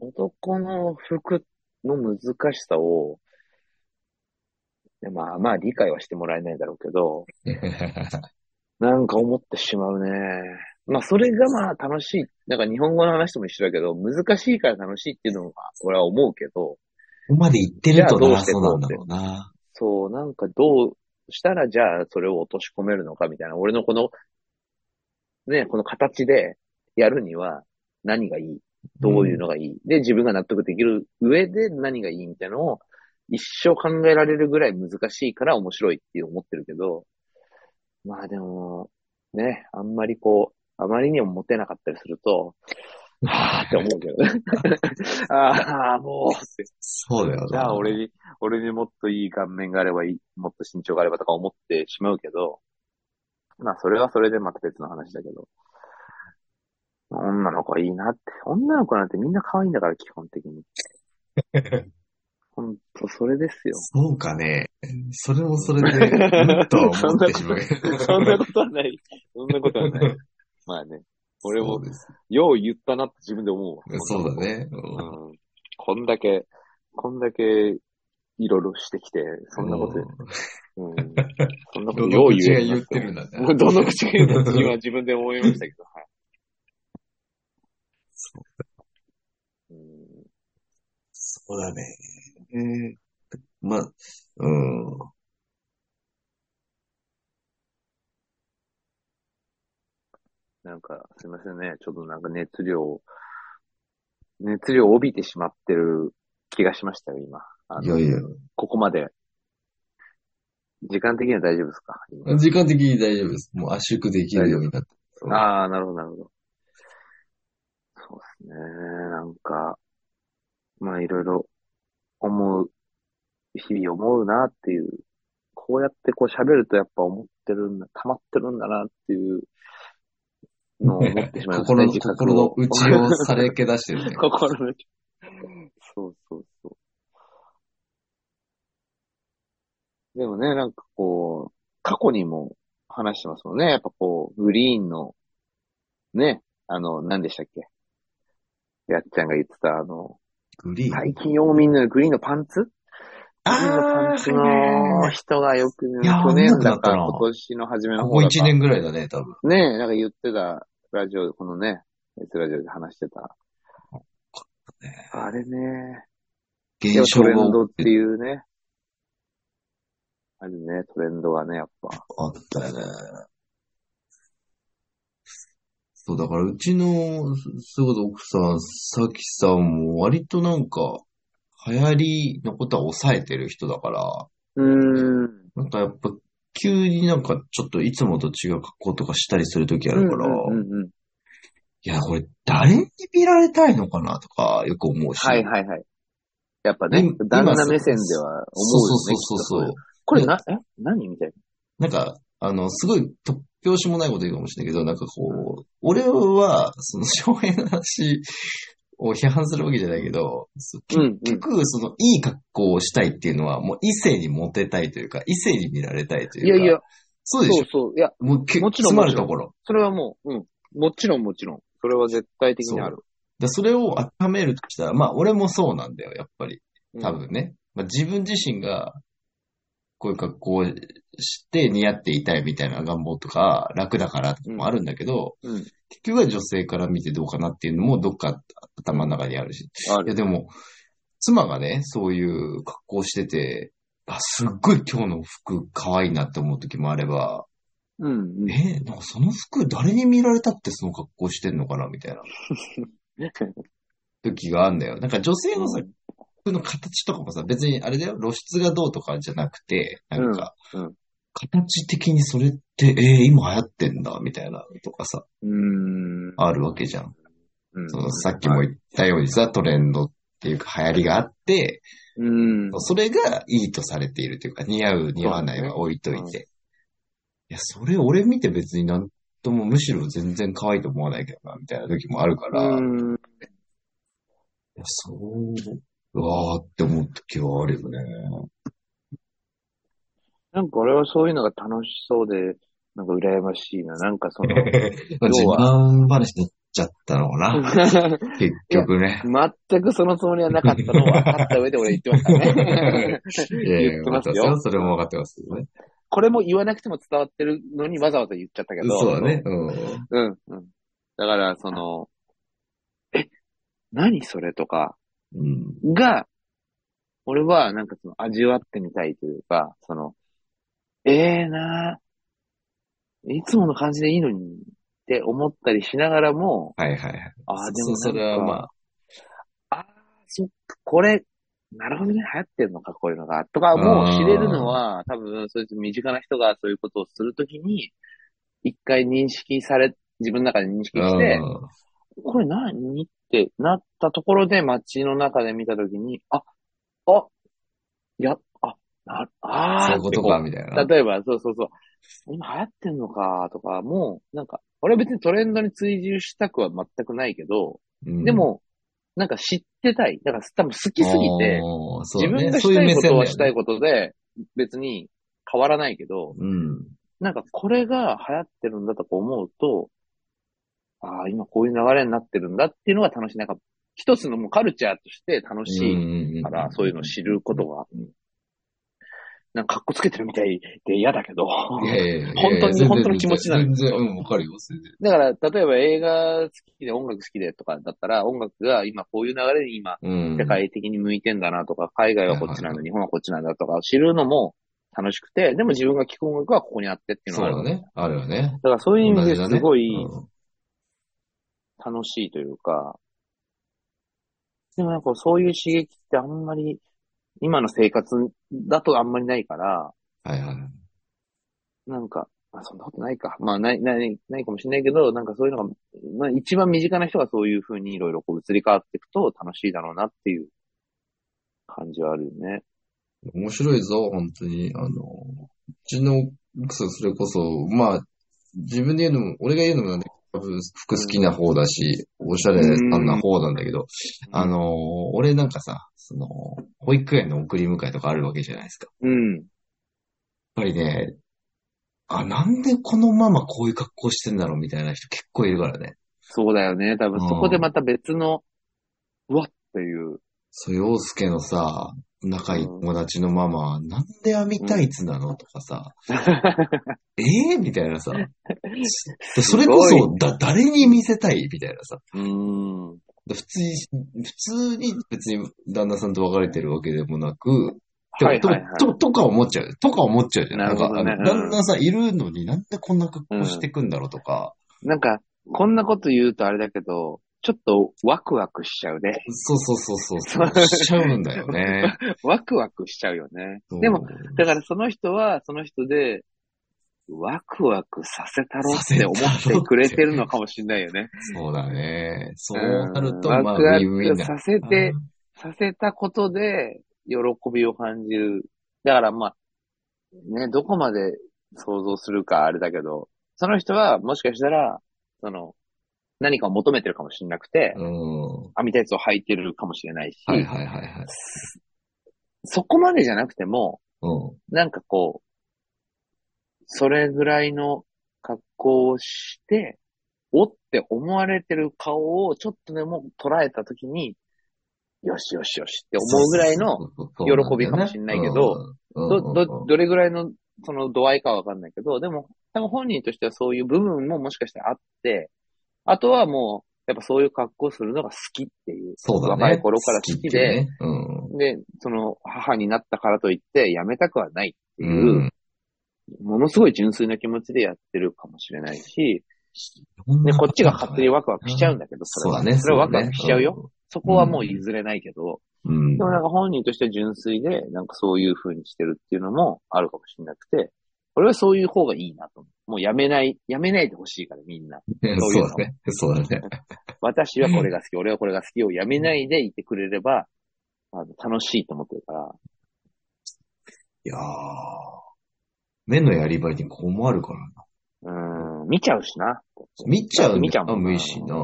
[SPEAKER 2] 男の服の難しさを、いやまあまあ理解はしてもらえないだろうけど、なんか思ってしまうね。まあ、それがまあ楽しい。なんか日本語の話とも一緒だけど、難しいから楽しいっていうのは、俺は思うけど、
[SPEAKER 1] ここまで言ってると
[SPEAKER 2] じゃあどう
[SPEAKER 1] な、
[SPEAKER 2] して
[SPEAKER 1] そうなんだろうな。
[SPEAKER 2] そう、なんかどうしたらじゃあそれを落とし込めるのかみたいな、俺のこの、ね、この形でやるには何がいいどういうのがいい、で、自分が納得できる上で何がいいみたいなのを一生考えられるぐらい難しいから面白いって思ってるけど、まあでも、ね、あんまりこう、あまりにもモテなかったりすると、はぁって思うけどね。ああ、もうって。
[SPEAKER 1] そうだよな。
[SPEAKER 2] じゃあ俺に、俺にもっといい顔面があればいい、もっと身長があればとか思ってしまうけど、まあそれはそれでまた別の話だけど、女の子はいいなって、女の子なんてみんな可愛いんだから基本的に。ほんと、それですよ。
[SPEAKER 1] そうかね。それもそれで、うんとは思ってしまう。
[SPEAKER 2] そんなことはない。そんなことは ない。まあね、俺
[SPEAKER 1] そ
[SPEAKER 2] も
[SPEAKER 1] うです
[SPEAKER 2] よう言ったなって自分で思うわ。
[SPEAKER 1] そうだね。うん
[SPEAKER 2] うん。こんだけ、こんだけ、いろいろしてきて、そんなこと、うん。そん なことよう
[SPEAKER 1] うち
[SPEAKER 2] 言
[SPEAKER 1] が
[SPEAKER 2] え
[SPEAKER 1] 言
[SPEAKER 2] な
[SPEAKER 1] っ
[SPEAKER 2] く
[SPEAKER 1] て
[SPEAKER 2] て
[SPEAKER 1] るん
[SPEAKER 2] も
[SPEAKER 1] だね。
[SPEAKER 2] もうどの口が言うのか今自分で思いましたけど、はい。うん
[SPEAKER 1] そうだね。えーまあ、うん。
[SPEAKER 2] なんか、すいませんね。ちょっとなんか熱量を、熱量を帯びてしまってる気がしましたよ、今。あ
[SPEAKER 1] い
[SPEAKER 2] の
[SPEAKER 1] やいや。
[SPEAKER 2] ここまで。時間的には大丈夫ですか今
[SPEAKER 1] 時間的に大丈夫です。もう圧縮できるようになって。うん
[SPEAKER 2] ああ、なるほど、なるほど。そうですね。なんか、まあいろいろ思う、日々思うなっていう、こうやってこう喋るとやっぱ思ってるんだ、溜まってるんだなっていうのを思ってしまいました
[SPEAKER 1] 心
[SPEAKER 2] ね。
[SPEAKER 1] の、
[SPEAKER 2] 自覚。
[SPEAKER 1] 心の内をされけ出してるね
[SPEAKER 2] 心の内。そうそうそう。でもね、なんかこう、過去にも話してますもんね。やっぱこう、グリーンのね、あの、何でしたっけやっちゃんが言ってた、あの、
[SPEAKER 1] グリーン。
[SPEAKER 2] 最近ようみんなグリーンのパンツグリーンのパンツの
[SPEAKER 1] あ
[SPEAKER 2] 人がよく、
[SPEAKER 1] いやー
[SPEAKER 2] 去
[SPEAKER 1] 女の
[SPEAKER 2] 年だか
[SPEAKER 1] 子だな
[SPEAKER 2] ら今年の初め
[SPEAKER 1] あ、
[SPEAKER 2] の
[SPEAKER 1] こ
[SPEAKER 2] 方
[SPEAKER 1] こ
[SPEAKER 2] だか
[SPEAKER 1] 1年ぐらいだね、多分。
[SPEAKER 2] ねえ、なんか言ってた、ラジオ、このね、S ラジオで話してた。あれね、
[SPEAKER 1] 現象
[SPEAKER 2] トレ
[SPEAKER 1] が
[SPEAKER 2] ンドっ
[SPEAKER 1] 起き
[SPEAKER 2] ていうね。あるね、トレンドがね、やっぱ。
[SPEAKER 1] あったよね。そう、だからうちの、そそういうこと奥さん、さきさんも割となんか、流行りのことは抑えてる人だから、
[SPEAKER 2] うーん。
[SPEAKER 1] なんかやっぱ急になんかちょっといつもと違う格好とかしたりするときあるから、
[SPEAKER 2] うんうんうんうん
[SPEAKER 1] いや、これ誰に見られたいのかなとかよく思うし。
[SPEAKER 2] はいはいはい。やっぱね
[SPEAKER 1] 今、
[SPEAKER 2] 旦那目線では思うよね。
[SPEAKER 1] そうそうそう
[SPEAKER 2] きっと
[SPEAKER 1] そう
[SPEAKER 2] い。これな、え何みたい
[SPEAKER 1] な
[SPEAKER 2] な。
[SPEAKER 1] んか、あの、すごい突拍子もないこと言うかもしれないけど、なんかこう、俺は、その、翔平の話を批判するわけじゃないけど、そう
[SPEAKER 2] うん
[SPEAKER 1] 結
[SPEAKER 2] うん
[SPEAKER 1] 局、その、いい格好をしたいっていうのは、もう異性にモテたいというか、異性に見られたいという
[SPEAKER 2] い
[SPEAKER 1] か。
[SPEAKER 2] やいや、、
[SPEAKER 1] そう
[SPEAKER 2] そ
[SPEAKER 1] でしょ
[SPEAKER 2] うそう。いや、
[SPEAKER 1] もうけ、
[SPEAKER 2] もちろ
[SPEAKER 1] 詰
[SPEAKER 2] ん
[SPEAKER 1] まるところ。
[SPEAKER 2] それはもう、うん。もちろんもちろん。それは絶対的にある。
[SPEAKER 1] だそれを温めるとしたら、まあ、俺もそうなんだよ、やっぱり。
[SPEAKER 2] うん
[SPEAKER 1] 多。分ね。まあ、自分自身が、こういう格好をして似合っていたいみたいな願望とか、楽だからとかもあるんだけど、
[SPEAKER 2] うん。
[SPEAKER 1] 結局は女性から見てどうかなっていうのもどっか頭の中にあるし。
[SPEAKER 2] あ
[SPEAKER 1] いや
[SPEAKER 2] る。
[SPEAKER 1] でも、妻がね、そういう格好をしてて、あ、すっごい今日の服可愛いなって思う時もあれば、
[SPEAKER 2] うんうん。
[SPEAKER 1] え、なんかその服誰に見られたってその格好してんのかなみたいな時があるんだよ。なんか女性のさ、服の形とかもさ、別にあれだよ、露出がどうとかじゃなくて、なんか、
[SPEAKER 2] うんうん
[SPEAKER 1] 形的にそれって、えー今流行ってんだ、みたいなのとかさ、
[SPEAKER 2] うん。うん
[SPEAKER 1] あるわけじゃん。
[SPEAKER 2] うん
[SPEAKER 1] そのさっきも言ったようにさ、トレンドっていうか流行りがあって、
[SPEAKER 2] うん。
[SPEAKER 1] それがいいとされているというか、似合う、似合わないは置いといて。
[SPEAKER 2] そうだ
[SPEAKER 1] いや、それ俺見て別になんとも、むしろ全然可愛いと思わないけどな、みたいな時もあるから、い
[SPEAKER 2] うん。
[SPEAKER 1] やそう、うわーって思う時はあるよね。
[SPEAKER 2] なんか俺はそういうのが楽しそうで、なんか羨ましいな。なんかその、
[SPEAKER 1] まあ自慢話になっちゃったのかな。結局ね。
[SPEAKER 2] 全くそのつもりはなかったのを分かった上で俺言ってますから ね。言ってますよ
[SPEAKER 1] いやいや分かってそれも分かってますよね。
[SPEAKER 2] これも言わなくても伝わってるのにわざわざ言っちゃったけど。
[SPEAKER 1] そうだね。うん。
[SPEAKER 2] うん。うん。だから、その、え、何それとか、
[SPEAKER 1] うん。
[SPEAKER 2] が、俺はなんかその味わってみたいというか、その、ええなぁ、いつもの感じでいいのにって思ったりしながらも、
[SPEAKER 1] はいはいはい。
[SPEAKER 2] ああ、でも
[SPEAKER 1] そう、それは
[SPEAKER 2] なんか
[SPEAKER 1] まあ、
[SPEAKER 2] ああ、そっか、これ、なるほどね、流行ってるのか、こういうのが。とか、もう知れるのは、多分、そういう身近な人がそういうことをするときに、一回認識され、自分の中で認識して、
[SPEAKER 1] うん
[SPEAKER 2] これ何ってなったところで街の中で見たときに、あ、あ、や、あ、な、あ
[SPEAKER 1] そうい
[SPEAKER 2] ー
[SPEAKER 1] う
[SPEAKER 2] っ
[SPEAKER 1] こ
[SPEAKER 2] て
[SPEAKER 1] と
[SPEAKER 2] こ
[SPEAKER 1] か、
[SPEAKER 2] う
[SPEAKER 1] みたいな。
[SPEAKER 2] 例えば、そうそうそう。今流行ってんのかとか、もう、なんか、俺は別にトレンドに追従したくは全くないけど、
[SPEAKER 1] うん
[SPEAKER 2] で、も、なんか知ってたい。だから多分好きすぎて、
[SPEAKER 1] おー、そうだね
[SPEAKER 2] 自分が
[SPEAKER 1] そうい
[SPEAKER 2] した
[SPEAKER 1] う
[SPEAKER 2] い
[SPEAKER 1] 目
[SPEAKER 2] こと
[SPEAKER 1] 線だ
[SPEAKER 2] は
[SPEAKER 1] よ
[SPEAKER 2] したい
[SPEAKER 1] ね。
[SPEAKER 2] ことで、別に変わらないけど、
[SPEAKER 1] うん。
[SPEAKER 2] なんかこれが流行ってるんだとか思うと、ああ、今こういう流れになってるんだっていうのが楽しい。なんか、一つのもうカルチャーとして楽しい
[SPEAKER 1] い
[SPEAKER 2] から、そういうのを知ることが、なんか、かっこつけてるみたいで嫌だけど。
[SPEAKER 1] いやいやいやいや
[SPEAKER 2] 本当に
[SPEAKER 1] 全然
[SPEAKER 2] 本当の気持ちなの
[SPEAKER 1] 全然、うん、わかるよ、全然。
[SPEAKER 2] だから、例えば映画好きで音楽好きでとかだったら、音楽が今こういう流れで今、
[SPEAKER 1] うん。
[SPEAKER 2] 世界的に向いてんだなとか、海外はこっちなんだ、日本はこっちなんだとかを知るのも楽しくて、でも自分が聴く音楽はここにあってっていうの
[SPEAKER 1] そ
[SPEAKER 2] があ
[SPEAKER 1] うだ
[SPEAKER 2] る。
[SPEAKER 1] ね。あるよね。
[SPEAKER 2] だからそういう意味
[SPEAKER 1] 同
[SPEAKER 2] で
[SPEAKER 1] じだ
[SPEAKER 2] す
[SPEAKER 1] ね
[SPEAKER 2] ごい
[SPEAKER 1] うん
[SPEAKER 2] 楽しいというか、でもなんかそういう刺激ってあんまり、今の生活だとあんまりないから、
[SPEAKER 1] はいはい。
[SPEAKER 2] なんか、あ、そんなことないか。まあ、ない、ない、ないかもしれないけど、なんかそういうのが、まあ一番身近な人がそういうふうにいろいろこう移り変わっていくと楽しいだろうなっていう感じはあるよね。
[SPEAKER 1] 面白いぞ、本当に。あの、うちの奥さん、それこそ、まあ、自分で言うのも、俺が言うのもなんだけど、多分服好きな方だし、おしゃれな方なんだけど、あ、の、俺なんかさ、その、保育園の送り迎えとかあるわけじゃないですか。
[SPEAKER 2] うん。
[SPEAKER 1] やっぱりね、あ、なんでこのままこういう格好してんだろうみたいな人結構いるからね。
[SPEAKER 2] そうだよね。多分そこでまた別の、うわっていう。
[SPEAKER 1] そう、洋介のさ、仲いい友達のママ、なんで網タイツなのとか さ、ええみたいなさ。そそれこ
[SPEAKER 2] す
[SPEAKER 1] そ
[SPEAKER 2] ご、い
[SPEAKER 1] だ、誰に見せたいみたいなさ。
[SPEAKER 2] うん。
[SPEAKER 1] 普通に、普通に別に旦那さんと別れてるわけでもなく、
[SPEAKER 2] はいはいはい。
[SPEAKER 1] とととか思っちゃう。とか思っちゃうじゃん。
[SPEAKER 2] なるほどね
[SPEAKER 1] んかあの
[SPEAKER 2] う
[SPEAKER 1] 旦
[SPEAKER 2] ん
[SPEAKER 1] 那さんいるのになんでこんな格好してくんだろうとか、
[SPEAKER 2] なんか、こんなこと言うとあれだけど、ちょっとワクワクしちゃう ね。
[SPEAKER 1] そうそうそうそうそう、しちゃうんだよ ね。
[SPEAKER 2] ワクワクしちゃうよね
[SPEAKER 1] そう。
[SPEAKER 2] でも、、だからその人は、その人で、ワクワクさせたろって思ってくれてるのかもしれないよね。
[SPEAKER 1] そうだね。そうなると、
[SPEAKER 2] うん
[SPEAKER 1] まあ、
[SPEAKER 2] ワ
[SPEAKER 1] ウ
[SPEAKER 2] クワ
[SPEAKER 1] ィンウィン
[SPEAKER 2] ク
[SPEAKER 1] だ。
[SPEAKER 2] させて、させたことで、喜びを感じる。だからまあ、ね、どこまで想像するかあれだけど、その人はもしかしたら、その、何かを求めてるかもしれなくて、
[SPEAKER 1] うん。は
[SPEAKER 2] 網タイツを履いてるかもしれないし、
[SPEAKER 1] いはいはいはい。
[SPEAKER 2] そこまでじゃなくても、
[SPEAKER 1] うん。
[SPEAKER 2] なんかこう、それぐらいの格好をして、おって思われてる顔をちょっとでも捉えたときに、よしよしよしって思うぐらいの喜びかもしんないけど
[SPEAKER 1] うん、うん
[SPEAKER 2] ど、ど、どれぐらいの、その度合いかわかんないけど、でも、多分本人としてはそういう部分ももしかしてあって、あとはもう、やっぱそういう格好をするのが好きっていう。
[SPEAKER 1] そうだね。
[SPEAKER 2] 若い頃から好きで
[SPEAKER 1] ってね、うん。
[SPEAKER 2] で、その、母になったからといって、やめたくはないっていうう、
[SPEAKER 1] ん。
[SPEAKER 2] ものすごい純粋な気持ちでやってるかもしれないし、で、
[SPEAKER 1] ね
[SPEAKER 2] こっちが勝手にワクワクしちゃうんだけど、
[SPEAKER 1] そ
[SPEAKER 2] そうれ
[SPEAKER 1] だ
[SPEAKER 2] は
[SPEAKER 1] ね。
[SPEAKER 2] それはワクワクしちゃうよ。
[SPEAKER 1] よ。
[SPEAKER 2] そこはもう譲れないけど、
[SPEAKER 1] うん。
[SPEAKER 2] でもなんか本人としては純粋で、なんかそういう風にしてるっていうのもあるかもしれなくて、俺はそういう方がいいなと思う。もうやめない、やめないでほしいからみんな。そ
[SPEAKER 1] そ
[SPEAKER 2] ういうう
[SPEAKER 1] だ
[SPEAKER 2] の
[SPEAKER 1] ね。そうだね。
[SPEAKER 2] 私はこれが好き、俺はこれが好きをやめないでいてくれれば、あの楽しいと思ってるから。
[SPEAKER 1] いやー。目のやり場に困るからな。
[SPEAKER 2] うーん、見ちゃうしな。
[SPEAKER 1] 見ちゃう
[SPEAKER 2] 見ちゃうもんな
[SPEAKER 1] 無意識な。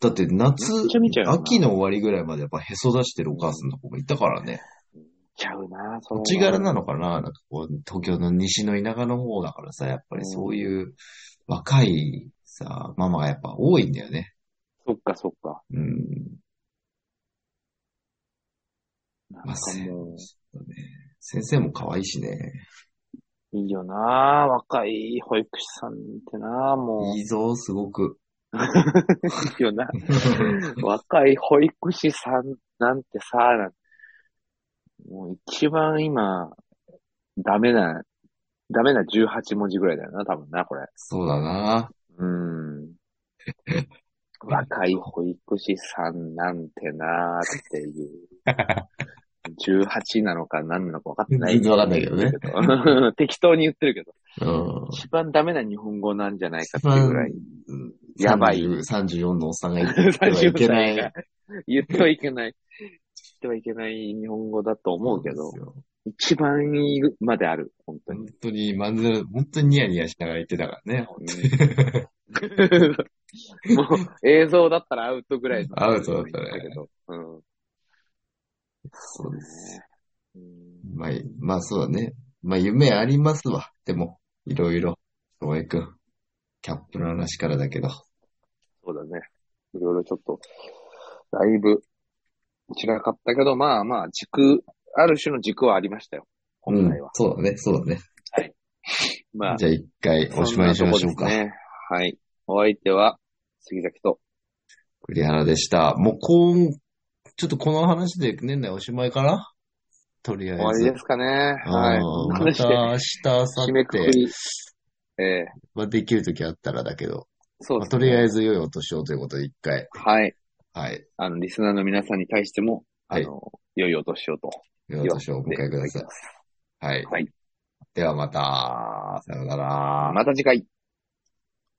[SPEAKER 1] だって夏
[SPEAKER 2] めっちゃ見ちゃう、よな
[SPEAKER 1] 秋の終わりぐらいまでやっぱへそ出してるお母さんの子がいたからね。
[SPEAKER 2] 見ちゃうな、そ
[SPEAKER 1] 土
[SPEAKER 2] の
[SPEAKER 1] 地柄なのかななんかこう、東京の西の田舎の方だからさ、やっぱりそういう若いさ、ママがやっぱ多いんだよね。
[SPEAKER 2] そっかそっか。
[SPEAKER 1] うん。
[SPEAKER 2] なん
[SPEAKER 1] ま
[SPEAKER 2] か
[SPEAKER 1] あ、せ
[SPEAKER 2] も
[SPEAKER 1] 先生も可愛いしね。
[SPEAKER 2] う、いいよな、若い保育士さんってな、もう。
[SPEAKER 1] いいぞ、すごく。
[SPEAKER 2] いいよな。若い保育士さんなんてさ、なんもう一番今、ダメな、ダメな18文字ぐらいだよな、多分な、これ。
[SPEAKER 1] そうだな。
[SPEAKER 2] う ーん。若い保育士さんなんてなーって いう。18なのか何なのか分かってない。
[SPEAKER 1] 全然分かんないけどね。
[SPEAKER 2] 適当に言ってるけど。
[SPEAKER 1] うん。
[SPEAKER 2] 一番ダメな日本語なんじゃないかっていうぐら い。やばい
[SPEAKER 1] 30 34のおっさんが言ってはいけな
[SPEAKER 2] 34歳
[SPEAKER 1] い
[SPEAKER 2] が。言ってはいけない。 言ってはいけない日本語だと思うけ
[SPEAKER 1] そ
[SPEAKER 2] ど
[SPEAKER 1] うです、よ
[SPEAKER 2] 一番いいまである、本当
[SPEAKER 1] 本
[SPEAKER 2] に。
[SPEAKER 1] 当に、まんざら、本当にニヤニヤしながら言ってたからね。
[SPEAKER 2] うん もう映像だったらアウトぐらいの。
[SPEAKER 1] アウトだったね
[SPEAKER 2] けど。うん。
[SPEAKER 1] そうです。
[SPEAKER 2] す。うん
[SPEAKER 1] まあ、まあそうだね。まあ夢ありますわ。でも、いろいろ。大江くん。キャップの話からだけど。
[SPEAKER 2] そうだね。いろいろちょっと、だいぶ散らかったけど、まあまあ、軸、ある種の軸はありましたよ。今回
[SPEAKER 1] う
[SPEAKER 2] は。
[SPEAKER 1] んそうだね、そうだね。
[SPEAKER 2] まあ、
[SPEAKER 1] じゃあ一回おしまいにしましょうか。
[SPEAKER 2] そんなとこですね。はい。お相手は、杉崎と。
[SPEAKER 1] 栗原でした。もうこう、ちょっとこの話で年内おしまいかなとりあえず。
[SPEAKER 2] 終わりですかね。は
[SPEAKER 1] あ
[SPEAKER 2] い。
[SPEAKER 1] ー
[SPEAKER 2] こんな
[SPEAKER 1] ま
[SPEAKER 2] 話
[SPEAKER 1] た
[SPEAKER 2] で
[SPEAKER 1] 明日、明後
[SPEAKER 2] 締めくく
[SPEAKER 1] 日
[SPEAKER 2] り。ええ
[SPEAKER 1] はできるときあったらだけど、
[SPEAKER 2] そう
[SPEAKER 1] ま
[SPEAKER 2] で
[SPEAKER 1] あ、
[SPEAKER 2] す
[SPEAKER 1] と
[SPEAKER 2] ね。
[SPEAKER 1] りあえず良いお年をということで一回。
[SPEAKER 2] はい。
[SPEAKER 1] はい。
[SPEAKER 2] あの、リスナーの皆さんに対しても、あ
[SPEAKER 1] はい
[SPEAKER 2] の、良いお年をと。
[SPEAKER 1] 良いお年をお迎えください。はい。
[SPEAKER 2] はい。
[SPEAKER 1] ではまた、さようなら。
[SPEAKER 2] また次回。